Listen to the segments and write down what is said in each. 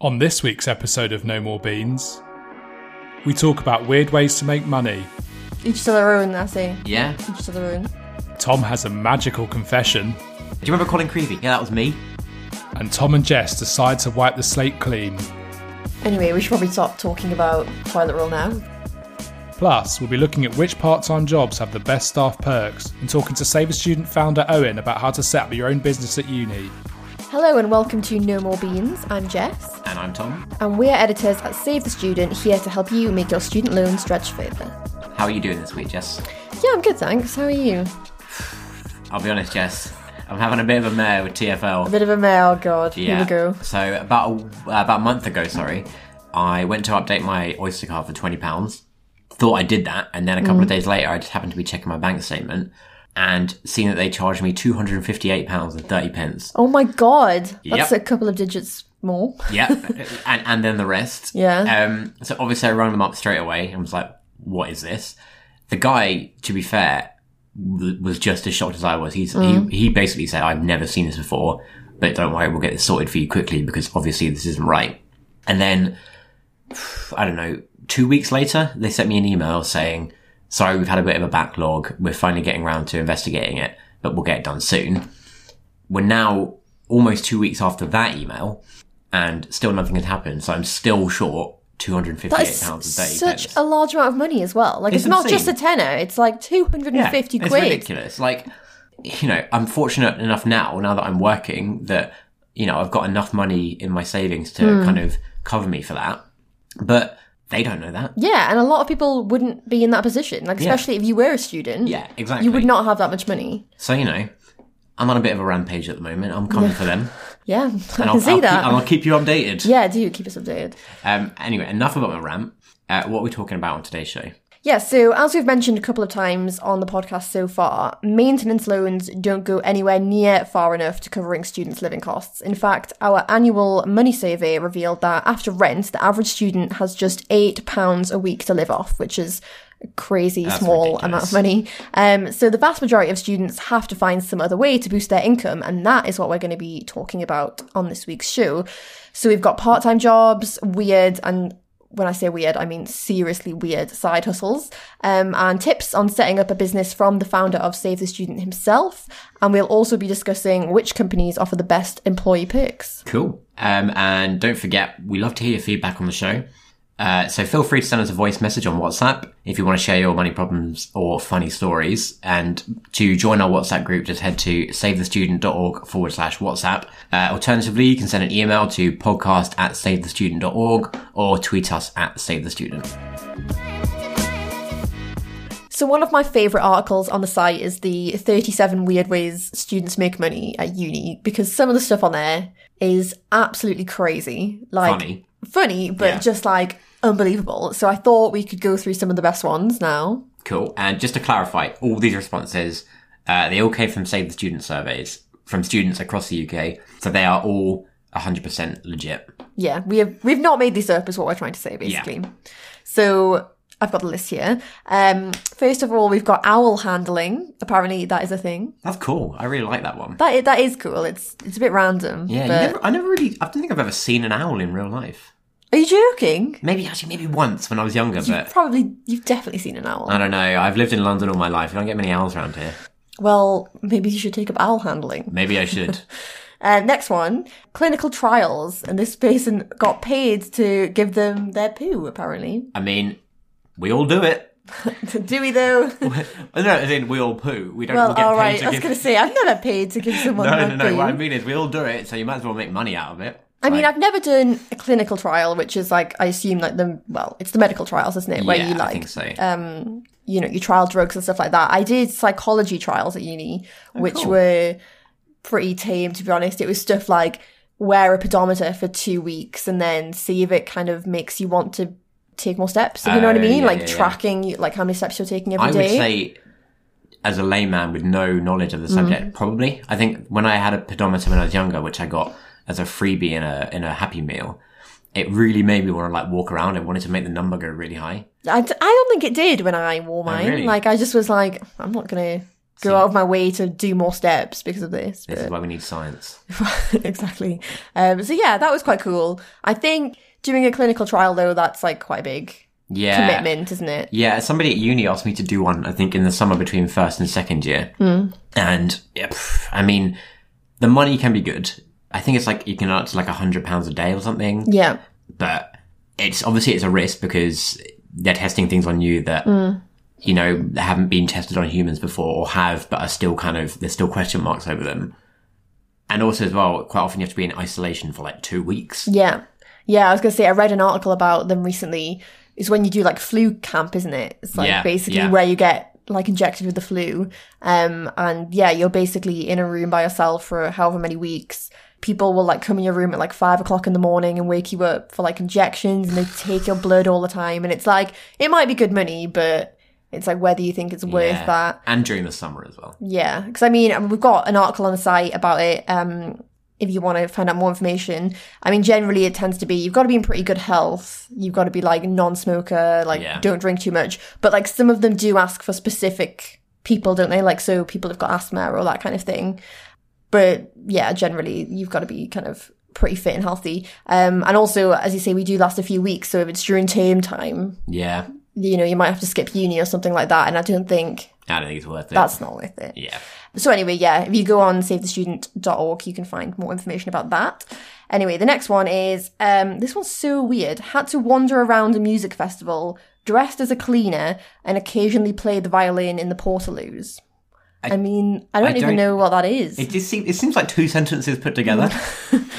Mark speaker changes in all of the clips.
Speaker 1: On this week's episode of No More Beans, we talk about weird ways to make money.
Speaker 2: Each to their own, that's it.
Speaker 3: Yeah. Do
Speaker 2: Each to their own.
Speaker 1: Tom has a magical confession,
Speaker 3: you remember Colin Creevy? Yeah, that was me.
Speaker 1: and Tom and Jess decide to wipe the slate clean.
Speaker 2: Anyway, we should probably stop talking about Twilight Roll now.
Speaker 1: Plus, we'll be looking at which part time jobs have the best staff perks and talking to Sabre Student founder Owen about how to set up your own business at uni.
Speaker 2: Hello and welcome to No More Beans. I'm Jess,
Speaker 3: And I'm Tom.
Speaker 2: and we are editors at Save the Student, here to help you make your student loan stretch further.
Speaker 3: How are you doing this week, Jess?
Speaker 2: Yeah, I'm good, thanks. How are you?
Speaker 3: I'll be honest, Jess. I'm having a bit of a mare with TFL.
Speaker 2: A bit of a mail, God. Here we go.
Speaker 3: So about a, about a month ago, sorry, I went to update my Oyster card for twenty pounds. Thought I did that, and then a
Speaker 2: Mm.
Speaker 3: couple of days later, I just happened to be checking my bank statement and seen that they charged me two hundred and fifty-eight pounds and thirty pence.
Speaker 2: Oh my God, that's
Speaker 3: Yep.
Speaker 2: a couple of digits more.
Speaker 3: yeah, and and then the rest.
Speaker 2: Yeah.
Speaker 3: Um. So obviously, I rang them up straight away and was like, "What is this?" The guy, to be fair, w- was just as shocked as I was. He's he he basically said, "I've never seen this before, but don't worry, we'll get this sorted for you quickly because obviously this isn't right." And then I don't know, two weeks later, they sent me an email saying, sorry, we've had a bit of a backlog. We're finally getting around to investigating it, but we'll get it done soon. We're now almost two weeks after that email and still nothing has happened. So I'm still short £258
Speaker 2: That is
Speaker 3: and 30
Speaker 2: such
Speaker 3: pence.
Speaker 2: a large amount of money as well. Like, it's,
Speaker 3: It's
Speaker 2: not just a
Speaker 3: insane.
Speaker 2: tenner, it's like 250
Speaker 3: it's
Speaker 2: quid.
Speaker 3: ridiculous. Like, you know, I'm fortunate enough now, now that I'm working, that, you know, I've got enough money in my savings to
Speaker 2: Hmm.
Speaker 3: kind of cover me for that. But they don't know that.
Speaker 2: Yeah, and a lot of people wouldn't be in that position, like, especially if you were a student.
Speaker 3: Yeah, exactly.
Speaker 2: You would not have that much money.
Speaker 3: So you know, I'm on a bit of a rampage at the moment. I'm coming for them,
Speaker 2: Yeah, I
Speaker 3: and
Speaker 2: can
Speaker 3: I'll,
Speaker 2: see
Speaker 3: I'll
Speaker 2: that.
Speaker 3: Keep, and I'll keep you updated.
Speaker 2: Yeah, do keep us updated.
Speaker 3: Um. Anyway, enough about my rant. Uh, what are we talking about on today's show?
Speaker 2: Yeah, so as we've mentioned a couple of times on the podcast so far, maintenance loans don't go anywhere near far enough to covering students' living costs. In fact, our annual money survey revealed that after rent, the average student has just £8 a week to live off, which is a crazy small amount of money. Um, so the vast majority of students have to find some other way to boost their income, and that is what we're going to be talking about on this week's show. So we've got part time jobs, weird and when I say weird, I mean seriously weird side hustles um, and tips on setting up a business from the founder of Save the Student himself. And we'll also be discussing which companies offer the best employee perks.
Speaker 3: Cool. Um. And don't forget, we love to hear your feedback on the show. Uh, so feel free to send us a voice message on WhatsApp if you want to share your money problems or funny stories. And to join our WhatsApp group, just head to savethestudent.org forward slash WhatsApp. Uh, alternatively, you can send an email to podcast at savethestudent.org or tweet us at savethestudent.
Speaker 2: So, one of my favourite articles on the site is the 37 Weird Ways Students Make Money at Uni because some of the stuff on there is absolutely crazy. Like,
Speaker 3: Funny.
Speaker 2: funny but
Speaker 3: Yeah.
Speaker 2: just like unbelievable. So, I thought we could go through some of the best ones now.
Speaker 3: Cool. And just to clarify, all these responses, uh, they all came from Save the Student surveys from students across the UK. So they are all 100% legit.
Speaker 2: Yeah, we have we've not made this up is what we're trying to say basically. So I've got the list here. Um, first of all, we've got owl handling. Apparently, that is a thing.
Speaker 3: That's cool. I really like that one.
Speaker 2: That i- that is cool. It's it's a bit random.
Speaker 3: yeah, you
Speaker 2: but-
Speaker 3: never, I never really, I don't think I've ever seen an owl in real life.
Speaker 2: are you joking?
Speaker 3: Maybe, actually, maybe once when I was younger,
Speaker 2: You've
Speaker 3: but
Speaker 2: probably you've definitely seen an owl.
Speaker 3: I don't know. I've lived in London all my life. You don't get many owls around here.
Speaker 2: well, maybe you should take up owl handling.
Speaker 3: Maybe I should.
Speaker 2: Uh, next one, clinical trials, and this person got paid to give them their poo. Apparently,
Speaker 3: I mean, we all do it.
Speaker 2: Dewey though.
Speaker 3: No, as in we all poo. We don't all
Speaker 2: well,
Speaker 3: get
Speaker 2: all
Speaker 3: paid
Speaker 2: right.
Speaker 3: to
Speaker 2: I was
Speaker 3: give...
Speaker 2: going to say I've never paid to give someone
Speaker 3: No,
Speaker 2: their
Speaker 3: no, no.
Speaker 2: poo.
Speaker 3: What I mean is we all do it, so you might as well make money out of it.
Speaker 2: I mean,
Speaker 3: Like-
Speaker 2: I've never done a clinical trial, which is like I assume like the well, it's the medical trials, isn't it? Where
Speaker 3: yeah,
Speaker 2: you
Speaker 3: I
Speaker 2: like
Speaker 3: think so.
Speaker 2: you know you trial drugs and stuff like that. I did psychology trials at uni,
Speaker 3: Oh,
Speaker 2: which were pretty tame to be honest. It was stuff like wear a pedometer for two weeks and then see if it kind of makes you want to take more steps. If you know what I
Speaker 3: Oh,
Speaker 2: mean?
Speaker 3: yeah,
Speaker 2: like
Speaker 3: yeah, yeah.
Speaker 2: tracking, like how many steps you're taking every
Speaker 3: I
Speaker 2: day.
Speaker 3: would say, as a layman with no knowledge of the subject, probably. I think when I had a pedometer when I was younger, which I got as a freebie in a in a Happy Meal, it really made me want to like walk around. I wanted to make the number go really high.
Speaker 2: I, d- I don't think it did when I wore mine.
Speaker 3: Oh, really?
Speaker 2: Like I just was like, I'm not gonna go out of my way to do more steps because of this.
Speaker 3: This
Speaker 2: but-
Speaker 3: is why we need science.
Speaker 2: exactly. Um, so yeah, that was quite cool. I think doing a clinical trial though, that's like quite a big
Speaker 3: Yeah.
Speaker 2: commitment, isn't it?
Speaker 3: Yeah, somebody at uni asked me to do one, I think, in the summer between first and second year. And, yeah, pff, I mean, the money can be good. I think it's like, you can earn up to like a £100 a day or something.
Speaker 2: Yeah.
Speaker 3: But it's obviously it's a risk because they're testing things on you that, you know, haven't been tested on humans before or have, but are still kind of, there's still question marks over them. And also as well, quite often you have to be in isolation for like two weeks.
Speaker 2: Yeah. Yeah, I was going to say, I read an article about them recently. It's when you do like flu camp, isn't it? It's like
Speaker 3: Yeah,
Speaker 2: basically
Speaker 3: yeah.
Speaker 2: where you get like injected with the flu. Um, and yeah, you're basically in a room by yourself for however many weeks. People will like come in your room at like five o'clock in the morning and wake you up for like injections and they take your blood all the time. And it's like, it might be good money, but it's like whether you think it's worth
Speaker 3: Yeah.
Speaker 2: that.
Speaker 3: And during the summer as well.
Speaker 2: Yeah, because I mean, I mean, we've got an article on the site about it. Um, if you want to find out more information, I mean, generally it tends to be you've got to be in pretty good health. You've got to be like non-smoker, like
Speaker 3: Yeah.
Speaker 2: don't drink too much. But like some of them do ask for specific people, don't they? Like so, people have got asthma or that kind of thing. But yeah, generally you've got to be kind of pretty fit and healthy. Um, and also, as you say, we do last a few weeks, so if it's during term time,
Speaker 3: Yeah.
Speaker 2: you know, you might have to skip uni or something like that. And I don't think
Speaker 3: I don't think it's worth it.
Speaker 2: that's not worth it.
Speaker 3: yeah.
Speaker 2: So anyway, yeah, if you go on savethestudent.org, you can find more information about that. Anyway, the next one is um, this one's so weird. Had to wander around a music festival dressed as a cleaner and occasionally play the violin in the portaloos. I, mean, I don't even
Speaker 3: don't-
Speaker 2: know what that is.
Speaker 3: It just seems, it seems like two sentences put together.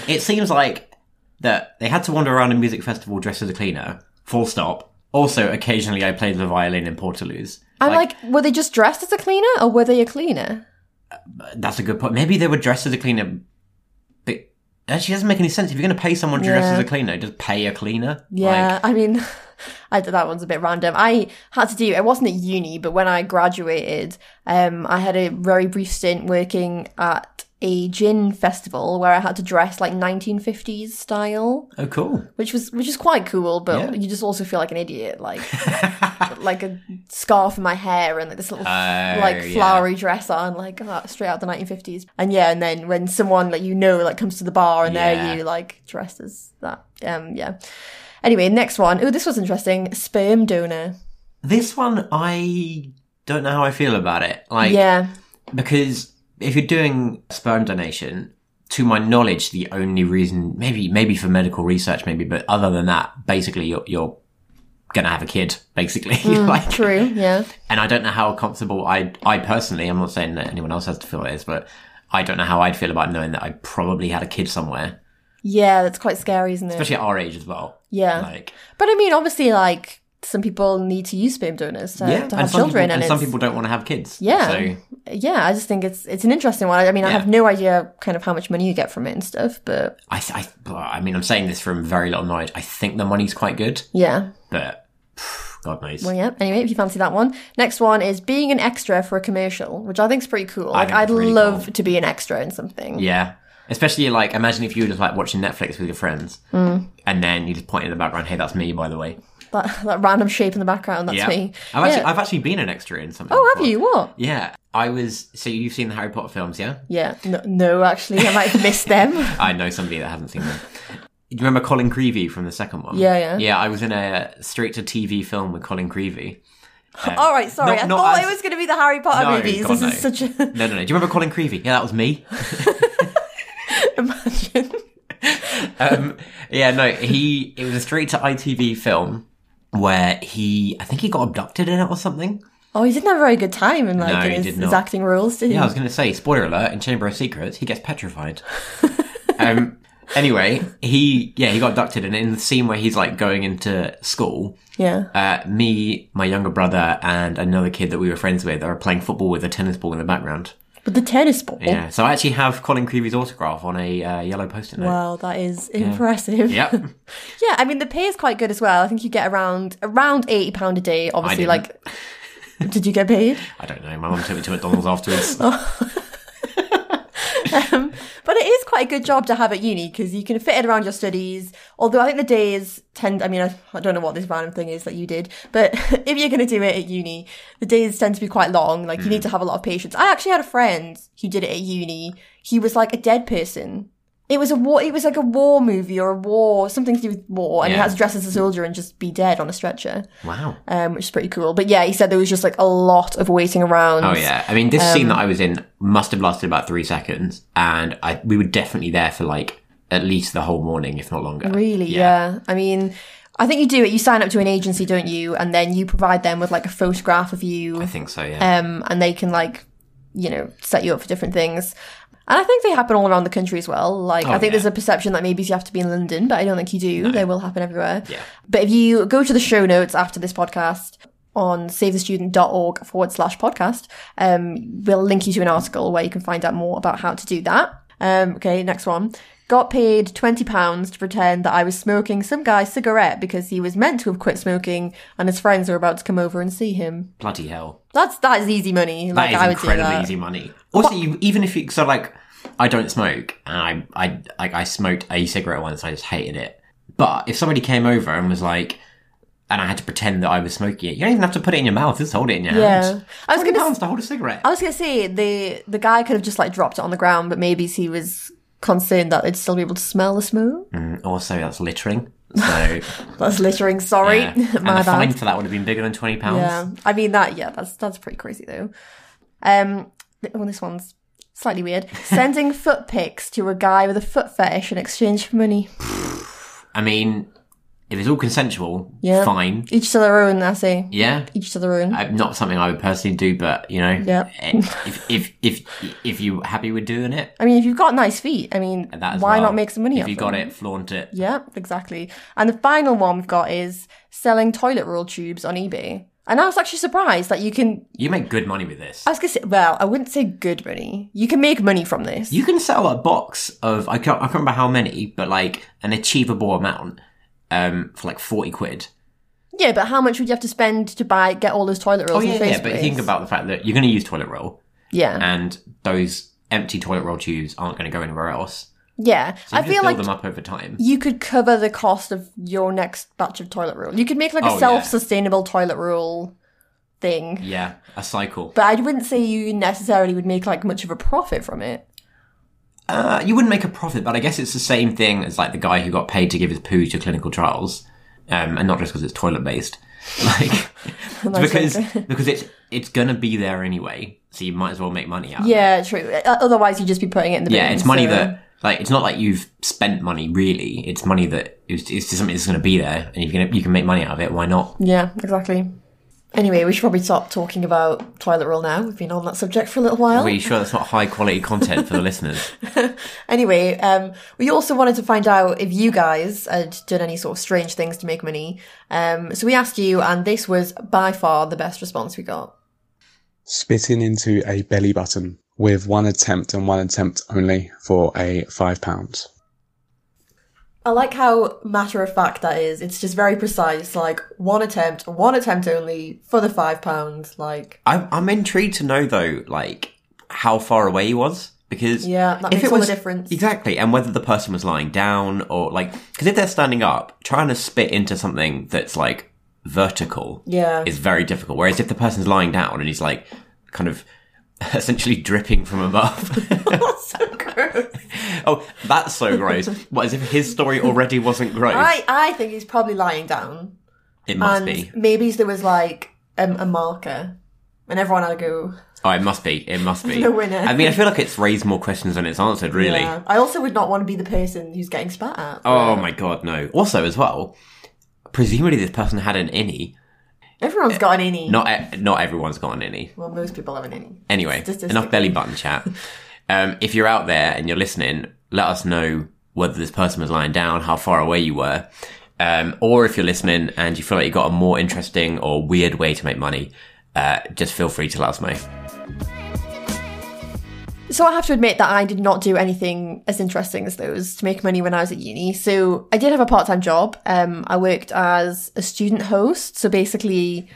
Speaker 3: it seems like that they had to wander around a music festival dressed as a cleaner, full stop. Also, occasionally I played the violin in Portaloos.
Speaker 2: I'm like, were they just dressed as a cleaner or were they a cleaner?
Speaker 3: That's a good point. Maybe they were dressed as a cleaner, but it actually doesn't make any sense. If you're going to pay someone to dress
Speaker 2: Yeah.
Speaker 3: as a cleaner, just pay a cleaner.
Speaker 2: Yeah,
Speaker 3: Like,
Speaker 2: I mean, I that one's a bit random. I had to do it wasn't at uni, but when I graduated, um, I had a very brief stint working at a gin festival where I had to dress like 1950s style,
Speaker 3: oh, cool.
Speaker 2: which was which is quite cool, but
Speaker 3: Yeah.
Speaker 2: you just also feel like an idiot, like like a scarf in my hair and like this little f-
Speaker 3: Oh,
Speaker 2: like
Speaker 3: yeah.
Speaker 2: flowery dress on, like ah, straight out the 1950s. And yeah, and then when someone like you know like comes to the bar and
Speaker 3: Yeah.
Speaker 2: there you like dressed as that. Um, yeah. Anyway, next one. Oh, this was interesting. Sperm donor.
Speaker 3: This one, I don't know how I feel about it. Like,
Speaker 2: yeah.
Speaker 3: because if you're doing sperm donation to my knowledge the only reason maybe maybe for medical research maybe but other than that basically you're, you're gonna have a kid basically
Speaker 2: Hmm.
Speaker 3: like
Speaker 2: True. Yeah.
Speaker 3: and i don't know how comfortable i i personally i'm not saying that anyone else has to feel like this but i don't know how i'd feel about knowing that i probably had a kid somewhere
Speaker 2: Yeah, that's quite scary, isn't it?
Speaker 3: especially at our age as well
Speaker 2: yeah.
Speaker 3: like
Speaker 2: but I mean, obviously, like some people need to use sperm donors Uh, to,
Speaker 3: yeah
Speaker 2: to have
Speaker 3: some
Speaker 2: children,
Speaker 3: people,
Speaker 2: and,
Speaker 3: some
Speaker 2: it's-
Speaker 3: people don't want to have kids
Speaker 2: Yeah.
Speaker 3: so
Speaker 2: yeah, I just think it's it's an interesting one. I mean, I
Speaker 3: Yeah.
Speaker 2: have no idea kind of how much money you get from it and stuff, but
Speaker 3: i th- I, th- I mean i'm saying this from very little knowledge i think the money's quite good
Speaker 2: yeah.
Speaker 3: but phew, god knows
Speaker 2: Well, yeah. Anyway, if you fancy that one, next one is being an extra for a commercial, which I think is pretty cool. Like,
Speaker 3: think
Speaker 2: I'd
Speaker 3: it's really
Speaker 2: love to be an extra in something.
Speaker 3: Yeah. Especially like imagine if you were just like watching Netflix with your friends
Speaker 2: Mm.
Speaker 3: and then you just point in the background, hey, that's me by the way.
Speaker 2: That, that random shape in the background, that's
Speaker 3: yeah.
Speaker 2: me.
Speaker 3: I've actually
Speaker 2: yeah.
Speaker 3: I've actually been an extra in something.
Speaker 2: oh, have
Speaker 3: before.
Speaker 2: you? What?
Speaker 3: Yeah. I was so you've seen the Harry Potter films, yeah?
Speaker 2: Yeah. No, no actually, I might have missed them.
Speaker 3: I know somebody that hasn't seen them. Do you remember Colin Creevy from the second one?
Speaker 2: Yeah, yeah.
Speaker 3: Yeah, I was in a straight to TV film with Colin Creevy.
Speaker 2: All right, sorry.
Speaker 3: Not-
Speaker 2: I
Speaker 3: not
Speaker 2: thought
Speaker 3: as-
Speaker 2: it was going to be the Harry Potter
Speaker 3: No,
Speaker 2: movies.
Speaker 3: God,
Speaker 2: this is
Speaker 3: no.
Speaker 2: such a.
Speaker 3: No, no, no. Do you remember Colin Creevy? Yeah, that was me.
Speaker 2: Imagine.
Speaker 3: um, yeah, no, he it was a straight to ITV film where he I think he got abducted in it or something.
Speaker 2: Oh, he didn't have a very good time in like
Speaker 3: No,
Speaker 2: in
Speaker 3: he
Speaker 2: his,
Speaker 3: did
Speaker 2: his
Speaker 3: not.
Speaker 2: acting roles, did he?
Speaker 3: Yeah, I was going to say, spoiler alert, in Chamber of Secrets, he gets petrified. um, anyway, he, yeah, he got abducted, and in the scene where he's like going into school,
Speaker 2: yeah.
Speaker 3: uh, me, my younger brother, and another kid that we were friends with are playing football with a tennis ball in the background.
Speaker 2: But the tennis ball.
Speaker 3: Yeah, so I actually have Colin Creevy's autograph on a uh, yellow post-it note.
Speaker 2: Wow, that is impressive.
Speaker 3: Yep.
Speaker 2: Yeah, I mean the pay is quite good as well. I think you get around around eighty pound a day. Obviously,
Speaker 3: didn't.
Speaker 2: like, did you get paid? Oh.
Speaker 3: I don't know. My mum took me to McDonald's afterwards.
Speaker 2: um, but it is quite a good job to have at uni because you can fit it around your studies. Although I think the days tend, I mean, I, I don't know what this random thing is that you did, but if you're going to do it at uni, the days tend to be quite long. Like you
Speaker 3: Mm.
Speaker 2: need to have a lot of patience. I actually had a friend who did it at uni. He was like a dead person. It was a war. It was like a war movie or a war, something to do with war, and he
Speaker 3: Yeah.
Speaker 2: had to dress as a soldier and just be dead on a stretcher
Speaker 3: Wow. Oh,
Speaker 2: um, which is pretty cool. But yeah, he said there was just like a lot of waiting around.
Speaker 3: Oh yeah. I mean, this
Speaker 2: Um,
Speaker 3: scene that I was in must have lasted about three seconds, and I we were definitely there for like at least the whole morning, if not longer.
Speaker 2: Really? Yeah. I mean, I think you do it. You sign up to an agency, don't you? And then you provide them with like a photograph of you,
Speaker 3: I think so. Yeah.
Speaker 2: um, and they can like, you know, set you up for different things. And I think they happen all around the country as well. Like, I think
Speaker 3: Oh, yeah.
Speaker 2: there's a perception that maybe you have to be in London, but I don't think you do. They will happen everywhere.
Speaker 3: Yeah.
Speaker 2: But if you go to the show notes after this podcast on savethestudent.org forward slash podcast, um, we'll link you to an article where you can find out more about how to do that. Um, okay, next one. Got paid £20 to pretend that I was smoking some guy's cigarette because he was meant to have quit smoking and his friends were about to come over and see him.
Speaker 3: Bloody hell.
Speaker 2: That's, that is easy money.
Speaker 3: That
Speaker 2: Like,
Speaker 3: is
Speaker 2: I would do
Speaker 3: incredibly
Speaker 2: that.
Speaker 3: easy money. Also, you, even if you so like, I don't smoke, and I I like I smoked a cigarette once, and I just hated it. But if somebody came over and was like, and I had to pretend that I was smoking it, you don't even have to put it in your mouth. Just hold it in your
Speaker 2: Yeah.
Speaker 3: hands.
Speaker 2: I was
Speaker 3: Twenty
Speaker 2: going to
Speaker 3: pounds to hold a cigarette.
Speaker 2: I was gonna say the the guy could have just like dropped it on the ground, but maybe he was concerned that they'd still be able to smell the smoke.
Speaker 3: Mm, also, that's littering. So
Speaker 2: That's littering. Sorry,
Speaker 3: yeah. and the
Speaker 2: my bad.
Speaker 3: fine for that would have been bigger than twenty pounds.
Speaker 2: Yeah, I mean that. Yeah, that's that's pretty crazy though. Um, th- well, this one's slightly weird. Sending foot pics to a guy with a foot fetish in exchange for money.
Speaker 3: I mean, if it's all consensual,
Speaker 2: Yeah.
Speaker 3: fine.
Speaker 2: Each to their own. I say.
Speaker 3: Yeah.
Speaker 2: Each to their own.
Speaker 3: I- Not something I would personally do, but you know, eh,
Speaker 2: Yeah.
Speaker 3: if, if if if you happy with doing it,
Speaker 2: I mean, if you've got nice feet, I mean,
Speaker 3: that as
Speaker 2: why
Speaker 3: well.
Speaker 2: not make some money?
Speaker 3: If
Speaker 2: off
Speaker 3: you got
Speaker 2: them?
Speaker 3: it, flaunt it.
Speaker 2: Yeah, exactly. And the final one we've got is selling toilet roll tubes on eBay. And I was actually surprised that you can.
Speaker 3: You make good money with this.
Speaker 2: I was gonna say, well, I wouldn't say good money. You can make money from this.
Speaker 3: You can sell a box of I can't I can't remember how many, but like an achievable amount um, for like forty quid.
Speaker 2: yeah, but how much would you have to spend to buy get all those toilet rolls?
Speaker 3: Oh
Speaker 2: in the
Speaker 3: yeah,
Speaker 2: first
Speaker 3: yeah. But
Speaker 2: place?
Speaker 3: think about the fact that you're going to use toilet roll,
Speaker 2: yeah,
Speaker 3: and those empty toilet roll tubes aren't going to go anywhere else.
Speaker 2: yeah.
Speaker 3: So you
Speaker 2: I
Speaker 3: just
Speaker 2: feel like
Speaker 3: build them up over time.
Speaker 2: you could cover the cost of your next batch of toilet roll. You could make like
Speaker 3: Oh,
Speaker 2: a
Speaker 3: yeah.
Speaker 2: self-sustainable toilet roll thing.
Speaker 3: Yeah, a cycle.
Speaker 2: But I wouldn't say you necessarily would make like much of a profit from it.
Speaker 3: Uh, you wouldn't make a profit, but I guess it's the same thing as like the guy who got paid to give his poo to clinical trials, um, and not just because it's toilet based, like because because it's it's gonna be there anyway, so you might as well make money out. of it.
Speaker 2: Yeah, true. Uh, Otherwise, you'd just be putting it in the
Speaker 3: yeah,
Speaker 2: bin,
Speaker 3: it's money
Speaker 2: so-
Speaker 3: that like it's not like you've spent money really. It's money that it's, it's just something that's gonna be there, and you can you can make money out of it. Why not?
Speaker 2: Yeah, exactly. Anyway, we should probably stop talking about toilet roll now. We've been on that subject for a little while.
Speaker 3: Are you sure that's not high quality content for the listeners?
Speaker 2: Anyway, um, we also wanted to find out if you guys had done any sort of strange things to make money. Um, so we asked you, and this was by far the best response we got.
Speaker 4: spitting into a belly button with one attempt and one attempt only for a five pounds.
Speaker 2: I like how matter of fact that is. It's just very precise, like one attempt, one attempt only for the five pounds. Like,
Speaker 3: I'm I'm intrigued to know though, like how far away he was because
Speaker 2: Yeah, that makes all the difference.
Speaker 3: exactly, and whether the person was lying down or like because if they're standing up, trying to spit into something that's like vertical,
Speaker 2: Yeah.
Speaker 3: is very difficult. Whereas if the person's lying down and he's like kind of essentially dripping from above,
Speaker 2: that's so gross.
Speaker 3: oh, that's so gross. What as if his story already wasn't gross?
Speaker 2: I, I think he's probably lying down.
Speaker 3: it must
Speaker 2: and
Speaker 3: be.
Speaker 2: maybe there was like um, a marker, and everyone had a go.
Speaker 3: Oh, it must be. It must be.
Speaker 2: The winner.
Speaker 3: I mean, I feel like it's raised more questions than it's answered. Really.
Speaker 2: Yeah. I also would not want to be the person who's getting spat at.
Speaker 3: Oh my god, no. Also, as well, presumably this person had an innie.
Speaker 2: Everyone's got an innie.
Speaker 3: eh, Not e- not everyone's got an innie.
Speaker 2: well, most people have an innie.
Speaker 3: Anyway,
Speaker 2: Statistically.
Speaker 3: enough belly button chat. Um, if you're out there and you're listening, let us know whether this person was lying down, how far away you were, um, or if you're listening and you feel like you got a more interesting or weird way to make money. Uh, just feel free to let us know.
Speaker 2: So I have to admit that I did not do anything as interesting as those to make money when I was at uni. So I did have a part-time job. Um, I worked as a student host. So basically,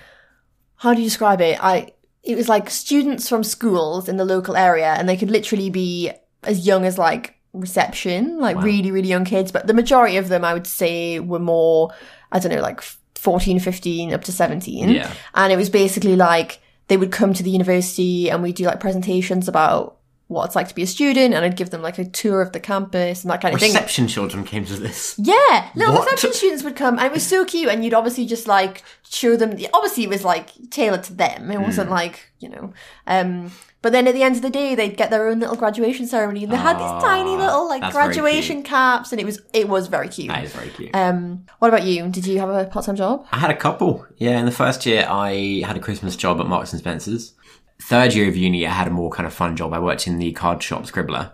Speaker 2: how do you describe it? I it was like students from schools in the local area, and they could literally be as young as like reception, like really, really young kids. But the majority of them, I would say, were more, I don't know, like 14, 15, up to 17.
Speaker 3: Yeah.
Speaker 2: And it was basically like they would come to the university and we'd do like presentations about what it's like to be a student and I'd give them like a tour of the campus and that kind of thing.
Speaker 3: Reception children came to this.
Speaker 2: Yeah, little
Speaker 3: What?
Speaker 2: reception students would come, and it was so cute. And you'd obviously just like show them. Obviously, it was like tailored to them. It
Speaker 3: Mm.
Speaker 2: wasn't like you know. Um, but then at the end of the day, they'd get their own little graduation ceremony, and they had these tiny
Speaker 3: Ah,
Speaker 2: little like
Speaker 3: that's very
Speaker 2: graduation caps, and it was it was very cute.
Speaker 3: That is very cute.
Speaker 2: Um, what about you? Did you have a part time job?
Speaker 3: I had a couple. Yeah, in the first year, I had a Christmas job at Marks and Spencers. Third year of uni, I had a more kind of fun job. I worked in the card shop, Scribbler.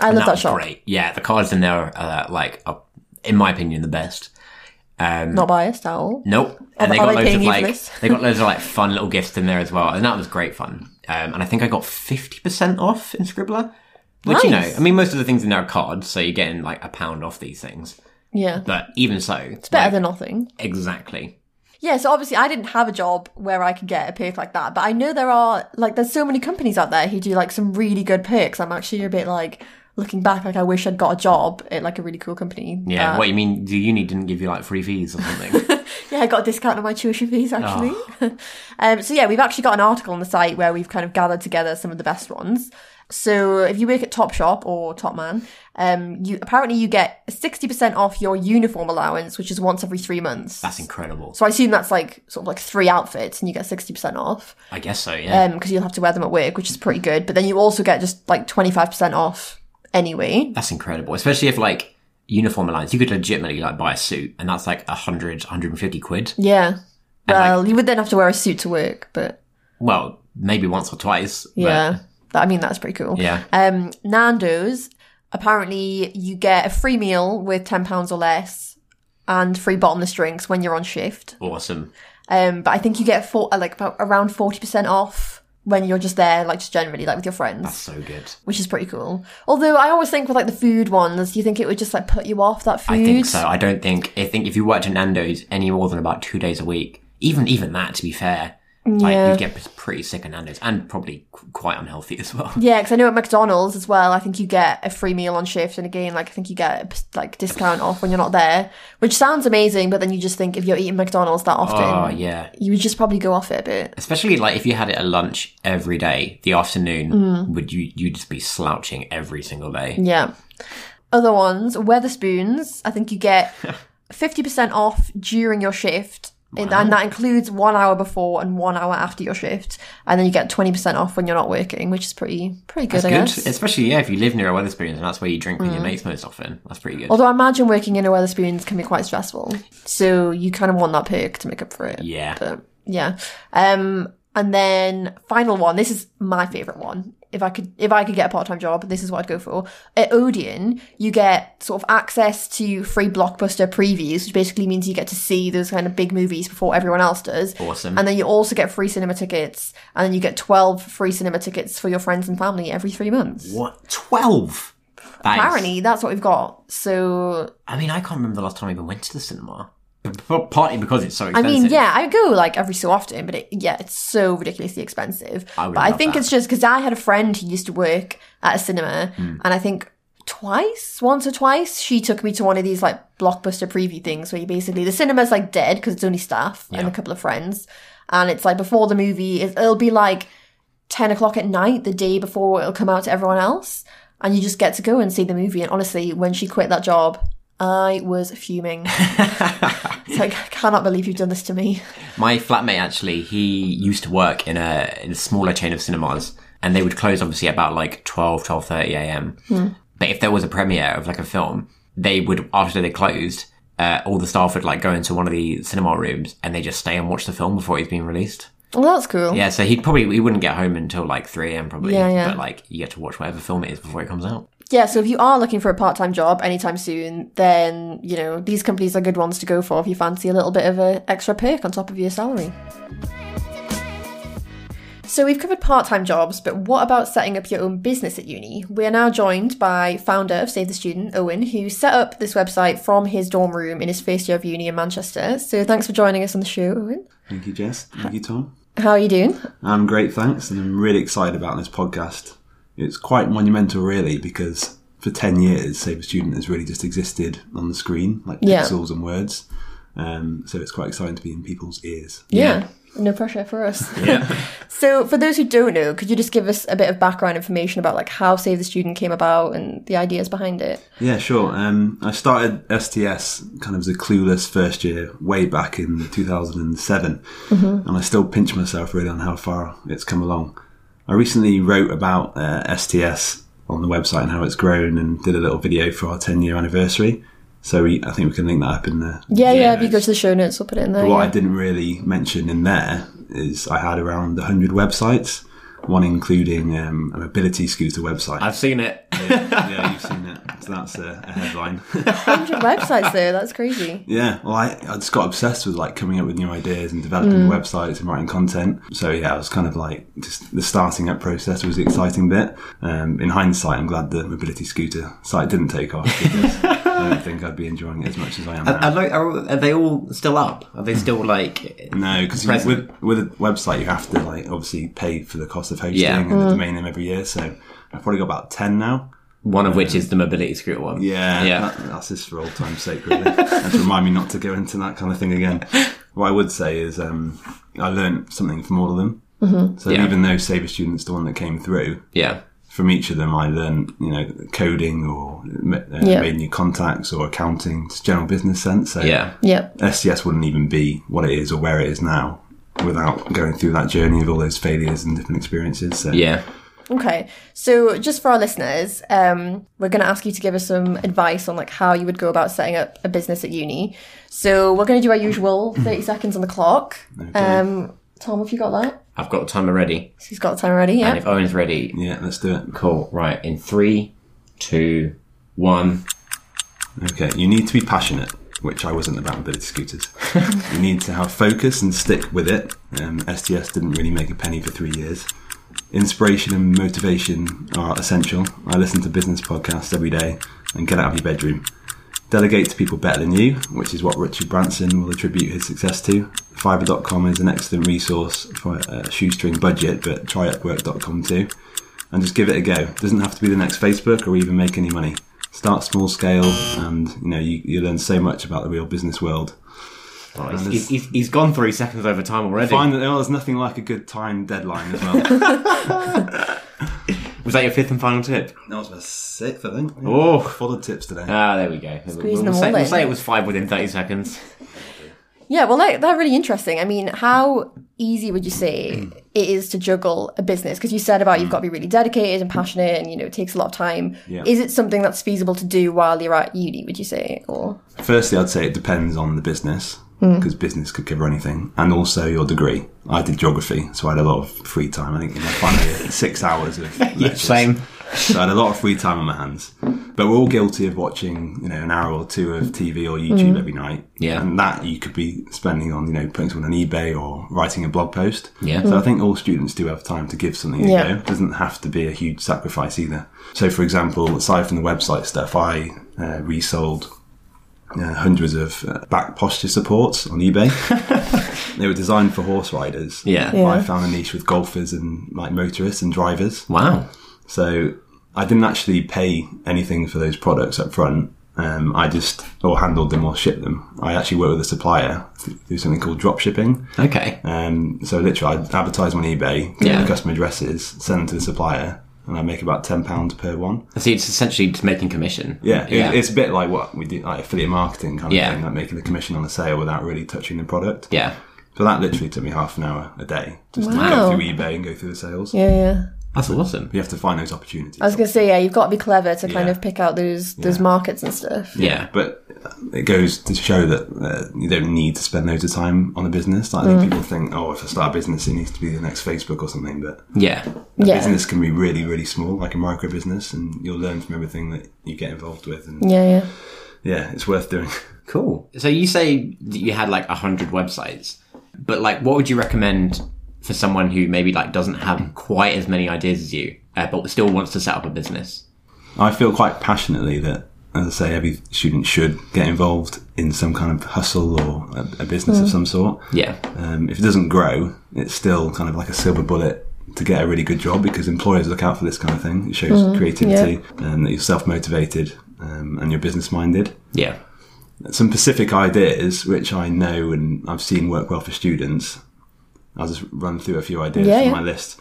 Speaker 2: I love that,
Speaker 3: was
Speaker 2: shop.
Speaker 3: Great. Yeah, the cards in there are uh, like, are, in my opinion, the best.
Speaker 2: Not biased at all.
Speaker 3: Nope.
Speaker 2: Are-
Speaker 3: And they
Speaker 2: are
Speaker 3: got
Speaker 2: they
Speaker 3: loads
Speaker 2: paying
Speaker 3: of
Speaker 2: you for
Speaker 3: like
Speaker 2: this?
Speaker 3: they got loads of like fun little gifts in there as well, and that was great fun. Um, and I think I got fifty percent off in Scribbler, which you know,
Speaker 2: Nice.
Speaker 3: I mean, most of the things in there are cards, so you're getting like a pound off these things.
Speaker 2: Yeah,
Speaker 3: But even so, it's
Speaker 2: better than nothing.
Speaker 3: exactly.
Speaker 2: Yeah, so obviously I didn't have a job where I could get a perk like that, but I know there are like there's so many companies out there who do like some really good perks. I'm actually a bit like looking back, like I wish I'd got a job at like a really cool company.
Speaker 3: Yeah.
Speaker 2: Uh,
Speaker 3: what you mean? The uni didn't give you like free fees or something?
Speaker 2: yeah, I got a discount on my tuition fees actually.
Speaker 3: Oh.
Speaker 2: um, so yeah, we've actually got an article on the site where we've kind of gathered together some of the best ones. So if you work at Topshop or Topman, um, you apparently you get sixty percent off your uniform allowance, which is once every three months.
Speaker 3: That's incredible.
Speaker 2: so I assume that's like sort of like three outfits, and you get sixty percent off.
Speaker 3: I guess so. Yeah.
Speaker 2: because Um, you'll have to wear them at work, which is pretty good. But then you also get just like 25% off anyway.
Speaker 3: That's incredible, especially if like uniform allowance, you could legitimately like buy a suit, and that's like 100, 150 quid.
Speaker 2: Yeah. Well, you would then have to wear a suit to work, but
Speaker 3: Well, maybe once or twice. but-
Speaker 2: yeah. That, I mean, that's pretty cool.
Speaker 3: yeah.
Speaker 2: Um, Nando's, apparently you get a free meal with £10 or less and free bottomless drinks when you're on shift.
Speaker 3: Awesome.
Speaker 2: Um, but I think you get four, uh, like about around 40% off when you're just there, like just generally, like with your friends.
Speaker 3: That's so good.
Speaker 2: which is pretty cool. Although I always think with like the food ones, you think it would just like put you off that food.
Speaker 3: I think so. I don't think. I think if you worked at Nando's any more than about two days a week, even even that, to be fair, like
Speaker 2: Yeah.
Speaker 3: you'd get p- pretty sick of Nando's and probably qu- quite unhealthy as well.
Speaker 2: Yeah, because I know at McDonald's as well. I think you get a free meal on shift, and again, like I think you get like discount off when you're not there, which sounds amazing. But then you just think if you're eating McDonald's that
Speaker 3: Oh
Speaker 2: often,
Speaker 3: yeah,
Speaker 2: you would just probably go off it a bit.
Speaker 3: especially like if you had it at lunch every day, the afternoon
Speaker 2: Mm.
Speaker 3: would you you just be slouching every single day.
Speaker 2: Yeah. Other ones, Weatherspoons. I think you get fifty percent off during your shift. And and that includes one hour before and one hour after your shift, and then you get twenty percent off when you're not working, which is pretty pretty good,
Speaker 3: That's
Speaker 2: I
Speaker 3: good,
Speaker 2: guess.
Speaker 3: especially yeah if you live near a Weatherspoons and that's where you drink with
Speaker 2: Mm.
Speaker 3: your mates most often. That's pretty good.
Speaker 2: Although I imagine working in a Weatherspoons can be quite stressful. So you kind of want that perk to make up for it.
Speaker 3: Yeah.
Speaker 2: But yeah. Um, and then final one. This is my favorite one. If I could, if I could get a part-time job, this is what I'd go for. At Odeon, you get sort of access to free blockbuster previews, which basically means you get to see those kind of big movies before everyone else does.
Speaker 3: Awesome.
Speaker 2: And then you also get free cinema tickets, and then you get twelve free cinema tickets for your friends and family every three months.
Speaker 3: what twelve? That is-
Speaker 2: Apparently, that's what we've got. So
Speaker 3: I mean, I can't remember the last time I even went to the cinema. P- p- Partly because it's so
Speaker 2: I
Speaker 3: expensive.
Speaker 2: mean, yeah, I go like every so often, but it, yeah, it's so ridiculously expensive.
Speaker 3: I would
Speaker 2: but I
Speaker 3: love
Speaker 2: think
Speaker 3: that.
Speaker 2: it's just because I had a friend who used to work at a cinema,
Speaker 3: Hmm.
Speaker 2: and I think twice, once or twice, she took me to one of these like blockbuster preview things where you basically the cinema's like dead because it's only staff and a couple of friends, and it's like before the movie, it- it'll be like ten o'clock at night the day before it'll come out to everyone else, and you just get to go and see the movie. And honestly, when she quit that job. I was fuming. It's like, I cannot believe you've done this to me.
Speaker 3: My flatmate actually, he used to work in a in a smaller chain of cinemas, and they would close obviously about like 12, 12.30 a.m.
Speaker 2: Hmm.
Speaker 3: But if there was a premiere of like a film, they would after they closed, uh, all the staff would like go into one of the cinema rooms and they just stay and watch the film before it's been released.
Speaker 2: Well, that's cool.
Speaker 3: Yeah, so he'd probably he wouldn't get home until like three a.m. probably.
Speaker 2: Yeah, yeah.
Speaker 3: But like you get to watch whatever film it is before it comes out.
Speaker 2: Yeah, so if you are looking for a part time job anytime soon, then, you know, these companies are good ones to go for if you fancy a little bit of an extra perk on top of your salary. So we've covered part time jobs, but what about setting up your own business at uni? We are now joined by founder of Save the Student, Owen, who set up this website from his dorm room in his first year of uni in Manchester. So thanks for joining us on the show, Owen.
Speaker 5: Thank you, Jess. Thank you, Tom. Um,
Speaker 2: How are you doing?
Speaker 5: I'm great, thanks, and I'm really excited about this podcast. it's quite monumental, really, because for 10 years, Save a Student has really just existed on the screen, like
Speaker 2: Yeah.
Speaker 5: pixels and words. Um, so it's quite exciting to be in people's ears.
Speaker 2: Yeah. No pressure for us.
Speaker 3: Yeah.
Speaker 2: so, for those who don't know, could you just give us a bit of background information about like how Save the Student came about and the ideas behind it?
Speaker 5: Yeah, sure. Um, I started STS kind of as a clueless first year way back in 2007, and I still pinch myself really on how far it's come along. I recently wrote about uh, STS on the website and how it's grown, and did a little video for our 10 year anniversary. So we, I think we can link that up in there.
Speaker 2: Yeah, yeah. If you go to the show notes, we'll put it in there.
Speaker 5: But what I
Speaker 2: yeah.
Speaker 5: didn't really mention in there is I had around 100 websites, one including um, a mobility scooter website.
Speaker 3: I've seen it.
Speaker 5: yeah, you've seen it. So that's a, a headline.
Speaker 2: 100 websites though. That's crazy.
Speaker 5: Yeah, well, I, I just got obsessed with like coming up with new ideas and developing websites and writing content. So yeah, I was kind of like just the starting up process was the exciting bit. Um, in hindsight, I'm glad the mobility scooter site didn't take off because I don't think I'd be enjoying it as much as I am now.
Speaker 3: Are, like, are, are they all still up? Are they still like?
Speaker 5: no, because with
Speaker 3: Present.
Speaker 5: with a website you have to like obviously pay for the cost of hosting
Speaker 3: Yeah.
Speaker 5: and the domain name every year. So I've probably got about ten now.
Speaker 3: One of which is the mobility scooter one.
Speaker 5: Yeah,
Speaker 3: Yeah.
Speaker 5: that- that's just for old time's sake, really. and to remind me not to go into that kind of thing again. What I would say is um, I learned something from all of them. Mm-hmm. So
Speaker 3: Yeah.
Speaker 5: even though Sabre Student's the one that came through,
Speaker 3: yeah.
Speaker 5: from each of them I learned, you know, coding or ma- uh,
Speaker 2: Yeah.
Speaker 5: made new contacts or accounting, just general business sense. So
Speaker 3: Yeah.
Speaker 2: Yeah.
Speaker 5: SCS wouldn't even be what it is or where it is now without going through that journey of all those failures and different experiences. So
Speaker 3: Yeah.
Speaker 2: Okay. So, just for our listeners, um, we're going to ask you to give us some advice on like how you would go about setting up a business at uni. So, we're going to do our usual 30 seconds on the clock. Um, Tom, have you got that?
Speaker 3: I've got the timer ready,
Speaker 2: He's got the time already. Yeah.
Speaker 3: and if Owen's ready,
Speaker 5: yeah, let's do it.
Speaker 3: cool. Right, in three, two, one.
Speaker 5: Okay, you need to be passionate, which I wasn't about mobility scooters. you need to have focus and stick with it. Um, STS didn't really make a penny for three years. Inspiration and motivation are essential. I listen to business podcasts every day and get out of your bedroom. Delegate to people better than you, which is what Richard Branson will attribute his success to. Fiverr.com is an excellent resource for a shoestring budget, but try upwork.com too. And just give it a go. doesn't have to be the next Facebook or even make any money. Start small scale and you know you, you learn so much about the real business world.
Speaker 3: Oh, he's- he's, he's, he's gone three seconds over time already.
Speaker 5: Find that oh, there's nothing like a good time deadline as well.
Speaker 3: Was that your fifth and final tip?
Speaker 5: that was my sixth, I think.
Speaker 3: Oh.
Speaker 5: full of tips today.
Speaker 3: Ah, there we go. We'll- We'll,
Speaker 2: them all
Speaker 3: say, we'll
Speaker 2: in.
Speaker 3: say it was five within 30 seconds.
Speaker 2: Yeah, well, that, that really interesting. I mean, how easy would you say
Speaker 5: Mm.
Speaker 2: it is to juggle a business? Because you said about you've got to be really dedicated and passionate, and you know it takes a lot of time.
Speaker 5: Yeah.
Speaker 2: Is it something that's feasible to do while you're at uni? Would you say? Or
Speaker 5: Firstly, I'd say it depends on the business because business could cover anything, and also your degree. I did geography, so I had a lot of free time. I think in my final year, six hours of lectures.
Speaker 3: Same.
Speaker 5: So I had a lot of free time on my hands. But we're all guilty of watching, you know, an hour or two of TV or YouTube every night.
Speaker 3: Mm-hmm. Yeah.
Speaker 5: And that you could be spending on, you know, putting something on eBay or writing a blog post.
Speaker 3: Yeah.
Speaker 5: So I think all students do have time to give something a
Speaker 2: Yeah.
Speaker 5: go. It doesn't have to be a huge sacrifice either. So for example, aside from the website stuff, I uh, resold uh, hundreds of uh, back posture supports on eBay. they were designed for horse riders.
Speaker 3: Yeah.
Speaker 5: But I
Speaker 2: Yeah.
Speaker 5: found a niche with golfers and like motorists and drivers.
Speaker 3: Wow.
Speaker 5: So I didn't actually pay anything for those products up front. Um, I just or handled them or shipped them. I actually work with a supplier th- through something called drop shipping.
Speaker 3: Okay.
Speaker 5: Um, so literally, I advertise on eBay, get
Speaker 3: Yeah.
Speaker 5: the customer addresses, send them to the supplier, and I make about ten pounds per one.
Speaker 3: So it's essentially just making commission.
Speaker 5: Yeah, it-
Speaker 3: Yeah.
Speaker 5: it's a bit like what we do, like affiliate marketing kind of
Speaker 3: Yeah.
Speaker 5: thing, like making the commission on a sale without really touching the product.
Speaker 3: yeah.
Speaker 5: So that literally took me half an hour a day just to
Speaker 2: Wow.
Speaker 5: go through eBay and go through the sales.
Speaker 2: yeah, yeah.
Speaker 3: That's awesome.
Speaker 5: You have to find those opportunities.
Speaker 2: I was gonna say yeah, you've got to be clever to kind
Speaker 5: Yeah.
Speaker 2: of pick out those those markets and stuff.
Speaker 3: Yeah.
Speaker 5: but it goes to show that uh, you don't need to spend loads of time on a business. Like, I think people think, oh, if I start a business, it needs to be the next Facebook or something. But
Speaker 3: Yeah.
Speaker 5: a
Speaker 2: Yeah.
Speaker 5: business can be really, really small, like a micro business, and you'll learn from everything that you get involved with. And
Speaker 2: Yeah, yeah.
Speaker 5: yeah, it's worth doing.
Speaker 3: Cool. So you say that you had like 100 websites, but like what would you recommend for someone who maybe like doesn't have quite as many ideas as you, uh, but still wants to set up a business?
Speaker 5: I feel quite passionately that, as I say, every student should get involved in some kind of hustle or a, a business of some sort.
Speaker 3: Yeah.
Speaker 5: Um, if it doesn't grow, it's still kind of like a silver bullet to get a really good job because employers look out for this kind of thing. It shows
Speaker 2: Mm-hmm.
Speaker 5: creativity and that you're self motivated um, and you're business minded
Speaker 3: Yeah.
Speaker 5: some specific ideas which I know and I've seen work well for students. I'll just run through a few ideas
Speaker 2: Yeah,
Speaker 5: from
Speaker 2: yeah.
Speaker 5: my list.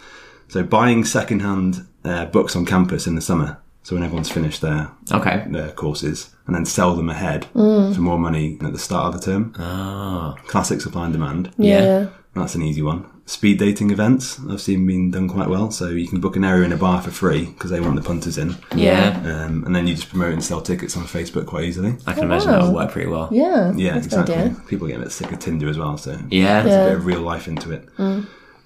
Speaker 5: So buying secondhand uh, books on campus in the summer, so when everyone's finished their
Speaker 3: Okay.
Speaker 5: their courses, and then sell them ahead
Speaker 2: Mm.
Speaker 5: for more money at the start of the term.
Speaker 3: Ah.
Speaker 5: Classic supply and demand.
Speaker 2: Yeah.
Speaker 3: Yeah.
Speaker 5: That's an easy one. Speed dating events I've seen being done quite well. So you can book an area in a bar for free because they want the punters in,
Speaker 3: Yeah.
Speaker 5: um, and then you just promote and sell tickets on Facebook quite easily.
Speaker 3: I can imagine that would work pretty well.
Speaker 2: Yeah.
Speaker 5: Yeah,
Speaker 2: That's a good
Speaker 5: exactly.
Speaker 2: idea.
Speaker 5: People get a bit sick of Tinder as well, so
Speaker 3: Yeah.
Speaker 5: a
Speaker 2: Yeah. Mm.
Speaker 5: bit of real life into it.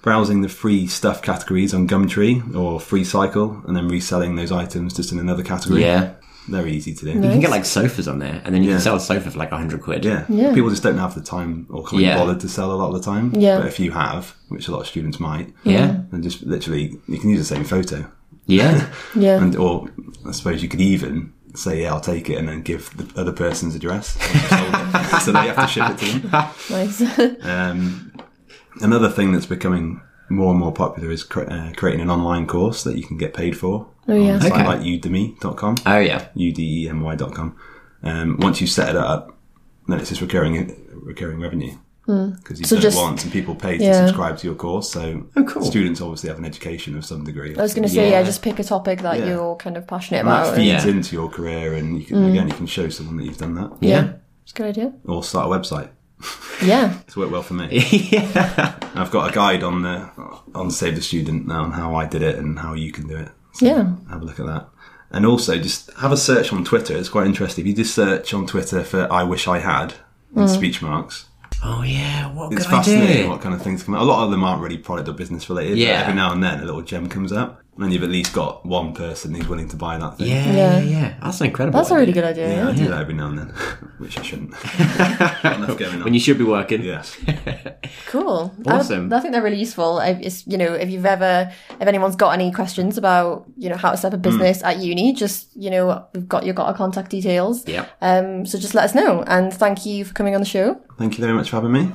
Speaker 5: Browsing the free stuff categories on Gumtree or Free Cycle, and then reselling those items just in another category.
Speaker 3: Yeah.
Speaker 5: they're easy to do.
Speaker 3: You can get like sofas on there, and then you
Speaker 5: Yeah.
Speaker 3: can sell a sofa for like hundred quid.
Speaker 5: Yeah.
Speaker 2: Yeah.
Speaker 5: people just don't have the time or can't be
Speaker 3: Yeah.
Speaker 5: bothered to sell a lot of the time.
Speaker 2: Yeah.
Speaker 5: but if you have, which a lot of students might,
Speaker 3: Yeah.
Speaker 5: then just literally you can use the same photo,
Speaker 3: Yeah.
Speaker 2: Yeah.
Speaker 5: and or I suppose you could even say, "Yeah, I'll take it," and then give the other person's address, so they have to ship it to them.
Speaker 2: nice.
Speaker 5: Um, another thing that's becoming more and more popular is cre- uh, creating an online course that you can get paid for.
Speaker 2: Oh, yeah.
Speaker 5: On a site
Speaker 3: Okay.
Speaker 5: like udemy.com,
Speaker 3: Oh yeah.
Speaker 5: E udemy.com. Um, once you set it up, then it's just recurring recurring revenue. Because
Speaker 2: Hmm.
Speaker 5: you
Speaker 2: So
Speaker 5: do it
Speaker 2: just-
Speaker 5: once and people pay to
Speaker 2: yeah.
Speaker 5: subscribe to your course. So
Speaker 3: Oh, cool.
Speaker 5: students obviously have an education of some degree.
Speaker 2: I was going to say, yeah.
Speaker 3: Yeah.
Speaker 2: just pick a topic that
Speaker 5: Yeah.
Speaker 2: you're kind of passionate
Speaker 5: And that
Speaker 2: about.
Speaker 5: feeds
Speaker 3: Yeah.
Speaker 5: into your career and you can,
Speaker 2: Hmm.
Speaker 5: again, you can show someone that you've done that.
Speaker 3: Yeah.
Speaker 2: It's a good idea.
Speaker 5: Or start a website.
Speaker 2: Yeah.
Speaker 5: It's worked well for me. I've got a guide on the on Save the Student now on how I did it and how you can do it. So
Speaker 2: Yeah.
Speaker 5: have a look at that. And also just have a search on Twitter. It's quite interesting. If you just search on Twitter for I wish I had in speech marks.
Speaker 3: Oh yeah. What a
Speaker 5: It's
Speaker 3: Mm. good
Speaker 5: fascinating
Speaker 3: idea.
Speaker 5: what kind of things come out. A lot of them aren't really product or business related,
Speaker 3: Yeah.
Speaker 5: but every now and then a little gem comes up. And you've at least got one person who's willing to buy that thing.
Speaker 3: Yeah,
Speaker 2: Yeah.
Speaker 3: yeah, yeah. That's an incredible.
Speaker 2: That's a really good idea.
Speaker 5: Yeah, I
Speaker 2: Yeah.
Speaker 5: do that every now and then, which I shouldn't. Not enough going
Speaker 3: When
Speaker 5: on.
Speaker 3: you should be working.
Speaker 5: Yes.
Speaker 2: Cool.
Speaker 3: Awesome.
Speaker 2: I, I think they're really useful. I, it's, you know, if you've ever, if anyone's got any questions about, you know, how to
Speaker 3: Hmm.
Speaker 2: set up a business at uni, just, you know, we've got, you've got our contact details.
Speaker 3: Yep.
Speaker 2: Um, so just let us know. And thank you for coming on the show.
Speaker 5: Thank you very much for having me.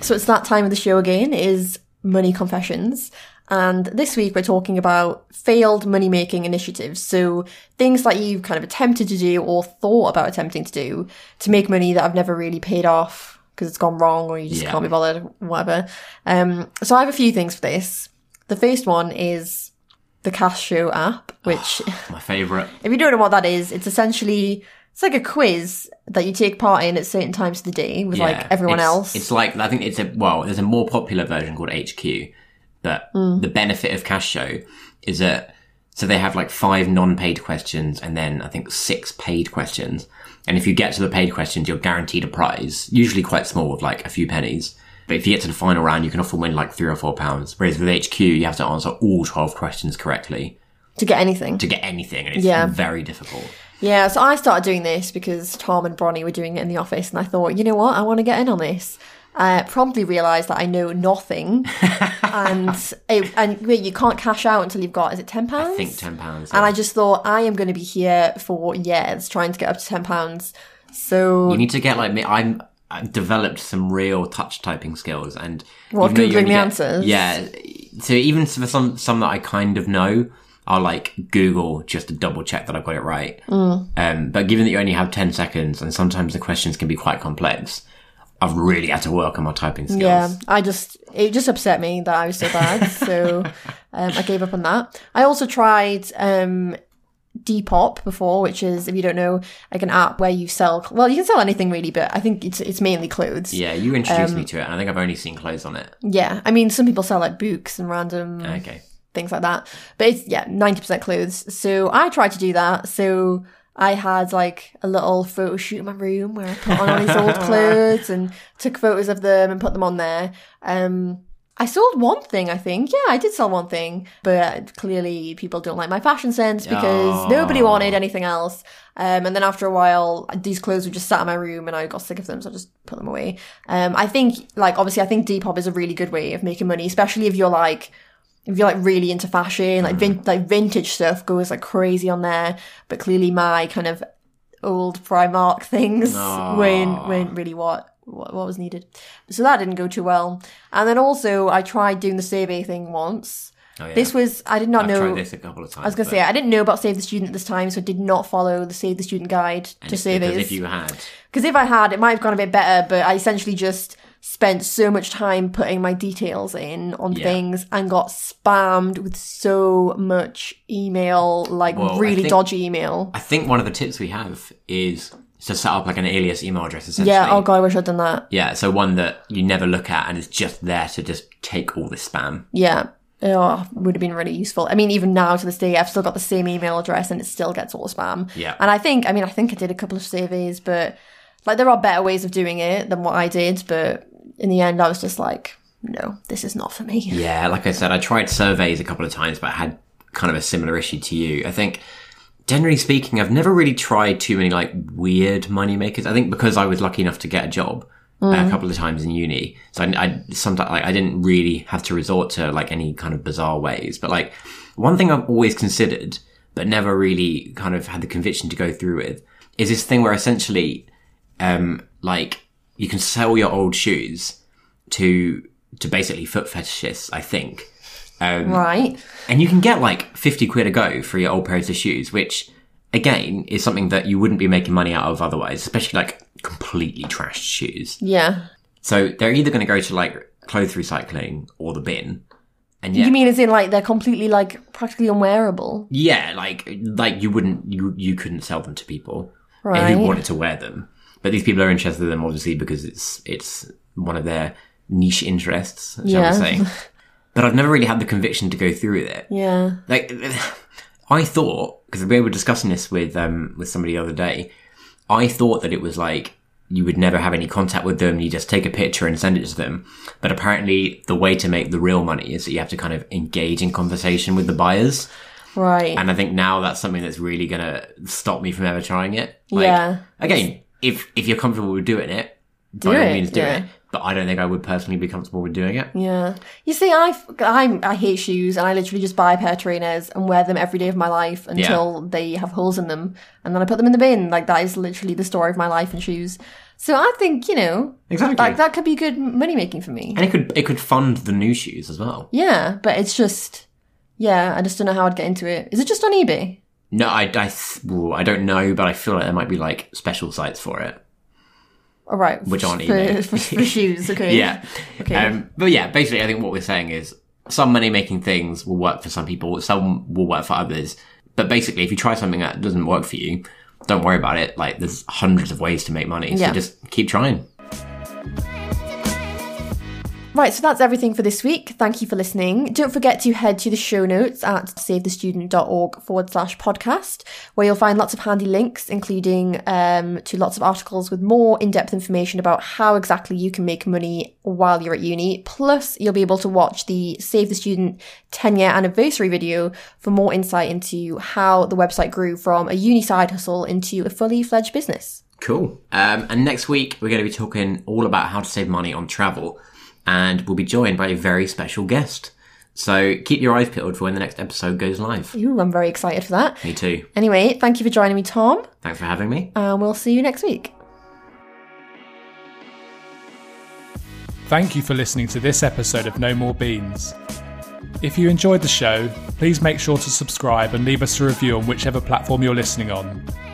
Speaker 2: So it's that time of the show again is money confessions. And this week we're talking about failed money making initiatives. So things that you've kind of attempted to do or thought about attempting to do to make money that have never really paid off because it's gone wrong or you just
Speaker 3: Yeah.
Speaker 2: can't be bothered, whatever. Um, so I have a few things for this. The first one is the cash show app, which
Speaker 3: My favourite.
Speaker 2: if you don't know what that is, it's essentially it's like a quiz that you take part in at certain times of the day with
Speaker 3: Yeah.
Speaker 2: like everyone
Speaker 3: It's-
Speaker 2: else.
Speaker 3: It's like I think it's a well. There's a more popular version called HQ, but
Speaker 2: Hmm.
Speaker 3: the benefit of Cash Show is that so they have like five non-paid questions and then I think six paid questions. And if you get to the paid questions, you're guaranteed a prize, usually quite small, with like a few pennies. But if you get to the final round, you can often win like three or four pounds. Whereas with HQ, you have to answer all twelve questions correctly
Speaker 2: to get anything.
Speaker 3: to get anything, and it's
Speaker 2: Yeah.
Speaker 3: very difficult.
Speaker 2: Yeah, so I started doing this because Tom and Bronny were doing it in the office, and I thought, you know what, I want to get in on this. Uh, promptly realised that I know nothing, and it, and wait, you can't cash out until you've got is it ten pounds?
Speaker 3: I think ten pounds.
Speaker 2: And I just thought I am going to be here for years trying to get up to ten pounds. So
Speaker 3: You need to get like me. I'm I've developed some real touch typing skills, and
Speaker 2: What,
Speaker 3: even though you
Speaker 2: Googling
Speaker 3: only
Speaker 2: the answers?
Speaker 3: Yeah. So even for some some that I kind of know, I'll like Google just to double check that I've got it right.
Speaker 2: Mm.
Speaker 3: Um, but given that you only have ten seconds, and sometimes the questions can be quite complex, I've really had to work on my typing skills.
Speaker 2: Yeah, I just it just upset me that I was so bad, so um, I gave up on that. I also tried um, Depop before, which is if you don't know, like an app where you sell. Well, you can sell anything really, but I think it's it's mainly clothes.
Speaker 3: Yeah, you introduced
Speaker 2: Um,
Speaker 3: me to it, and I think I've only seen clothes on it.
Speaker 2: Yeah, I mean, some people sell like books and random
Speaker 3: Okay.
Speaker 2: things like that, but it's yeah, ninety percent clothes. So I tried to do that. So. I had like a little photo shoot in my room where I put on all these old clothes and took photos of them and put them on there. Um, I sold one thing, I think. Yeah, I did sell one thing, but clearly people don't like my fashion sense because
Speaker 3: Oh.
Speaker 2: nobody wanted anything else. Um, and then after a while, these clothes were just sat in my room and I got sick of them, so I just put them away. Um, I think, like, obviously, I think Depop is a really good way of making money, especially if you're like, if you're like really into fashion, like
Speaker 3: Mm.
Speaker 2: vin- like vintage stuff goes like crazy on there. But clearly, my kind of old Primark things
Speaker 3: Aw.
Speaker 2: weren't weren't really what what, what was needed. So that didn't go too well. And then also, I tried doing the survey thing once.
Speaker 3: Oh, yeah.
Speaker 2: This was I did not
Speaker 3: I've
Speaker 2: know.
Speaker 3: tried this a couple of times.
Speaker 2: I was gonna say I didn't know about Save the Student at this time, so I did not follow the Save the Student guide to surveys.
Speaker 3: Because if you had,
Speaker 2: Because if I had, it might have gone a bit better, but I essentially just spent so much time putting my details in on
Speaker 3: Yeah.
Speaker 2: things and got spammed with so much email, like
Speaker 3: Well, I
Speaker 2: really
Speaker 3: think-
Speaker 2: dodgy email.
Speaker 3: I think one of the tips we have is to set up like an alias email address essentially.
Speaker 2: Yeah, oh god, I wish I'd done that.
Speaker 3: Yeah, so one that you never look at and is just there to just take all the spam.
Speaker 2: Yeah. Oh, would have been really useful. I mean, even now to this day, I've still got the same email address and it still gets all the spam.
Speaker 3: Yeah.
Speaker 2: And I think, I mean, I think I did a couple of surveys, but like there are better ways of doing it than what I did. But in the end, I was just like, no, this is not for me.
Speaker 3: Yeah, like I said, I tried surveys a couple of times, but I had kind of a similar issue to you. I think, generally speaking, I've never really tried too many like weird money makers. I think because I was lucky enough to get a job uh, a couple of times in uni, so I, I sometimes like I didn't really have to resort to like any kind of bizarre ways. But like one thing I've always considered, but never really kind of had the conviction to go through with, is this thing where essentially, um, like you can sell your old shoes to to basically foot fetishists, I think. Um,
Speaker 2: Right.
Speaker 3: and you can get like 50 quid a go for your old pairs of shoes, which again is something that you wouldn't be making money out of otherwise, especially like completely trashed shoes.
Speaker 2: Yeah.
Speaker 3: So they're either going to go to like clothes recycling or the bin. And yeah,
Speaker 2: You mean as in like they're completely like practically unwearable,
Speaker 3: yeah, like like you wouldn't you you couldn't sell them to people
Speaker 2: right?
Speaker 3: who wanted to wear them. But these people are interested in them obviously because it's it's one of their niche interests, shall
Speaker 2: Yeah.
Speaker 3: we say. But I've never really had the conviction to go through with it.
Speaker 2: yeah.
Speaker 3: like I thought because we were discussing this with um with somebody the other day. I thought that it was like you would never have any contact with them. You just take a picture and send it to them. But apparently, the way to make the real money is that you have to kind of engage in conversation with the buyers.
Speaker 2: Right.
Speaker 3: And I think now that's something that's really gonna stop me from ever trying it.
Speaker 2: Yeah.
Speaker 3: Again, if if you're comfortable with doing it,
Speaker 2: Do
Speaker 3: by all
Speaker 2: it,
Speaker 3: means do
Speaker 2: yeah.
Speaker 3: it. But I don't think I would personally be comfortable with doing it.
Speaker 2: yeah. You see, I I I hate shoes, and I literally just buy a pair of trainers and wear them every day of my life until they have holes in them, and then I put them in the bin. Like that is literally the story of my life in shoes. So I think you know,
Speaker 3: Exactly.
Speaker 2: like that could be good money making for me.
Speaker 3: and it could it could fund the new shoes as well.
Speaker 2: Yeah, but it's just, yeah, I just don't know how I'd get into it. Is it just on eBay?
Speaker 3: No, I, I, th- well, I don't know, but I feel like there might be like special sites for it.
Speaker 2: All right,
Speaker 3: Which on
Speaker 2: for,
Speaker 3: eBay.
Speaker 2: for, for shoes? Okay.
Speaker 3: Yeah.
Speaker 2: Okay.
Speaker 3: Um, but yeah, basically, I think what we're saying is some money making things will work for some people, some will work for others. But basically, if you try something that doesn't work for you, don't worry about it. Like, there's hundreds of ways to make money.
Speaker 2: Yeah.
Speaker 3: So just keep trying.
Speaker 2: Right, so that's everything for this week. Thank you for listening. Don't forget to head to the show notes at savethestudent.org forward slash podcast, where you'll find lots of handy links, including um, to lots of articles with more in depth information about how exactly you can make money while you're at uni. Plus, you'll be able to watch the Save the Student 10 year anniversary video for more insight into how the website grew from a uni side hustle into a fully fledged business.
Speaker 3: Cool. Um, and next week, we're going to be talking all about how to save money on travel. And we'll be joined by a very special guest. So keep your eyes peeled for when the next episode goes live.
Speaker 2: Ooh, I'm very excited for that.
Speaker 3: Me too.
Speaker 2: Anyway, thank you for joining me, Tom,
Speaker 3: Thanks for having me.
Speaker 2: and we'll see you next week.
Speaker 1: Thank you for listening to this episode of No More Beans. If you enjoyed the show, please make sure to subscribe and leave us a review on whichever platform you're listening on.